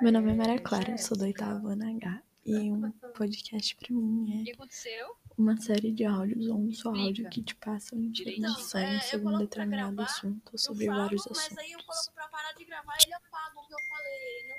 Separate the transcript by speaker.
Speaker 1: Meu nome é Maria Clara, sou do oitavo ano H e um podcast pra mim
Speaker 2: que
Speaker 1: é
Speaker 2: aconteceu?
Speaker 1: uma série de áudios ou um só áudio
Speaker 2: Explica.
Speaker 1: que te um passam
Speaker 2: Então, é, eu
Speaker 1: informações sobre um
Speaker 3: coloco pra
Speaker 1: determinado
Speaker 3: gravar,
Speaker 1: assunto ou
Speaker 3: Eu
Speaker 1: sobre
Speaker 3: falo,
Speaker 1: vários
Speaker 3: mas aí eu
Speaker 1: assuntos.
Speaker 3: coloco pra parar de gravar ele apaga o que eu falei. Ele não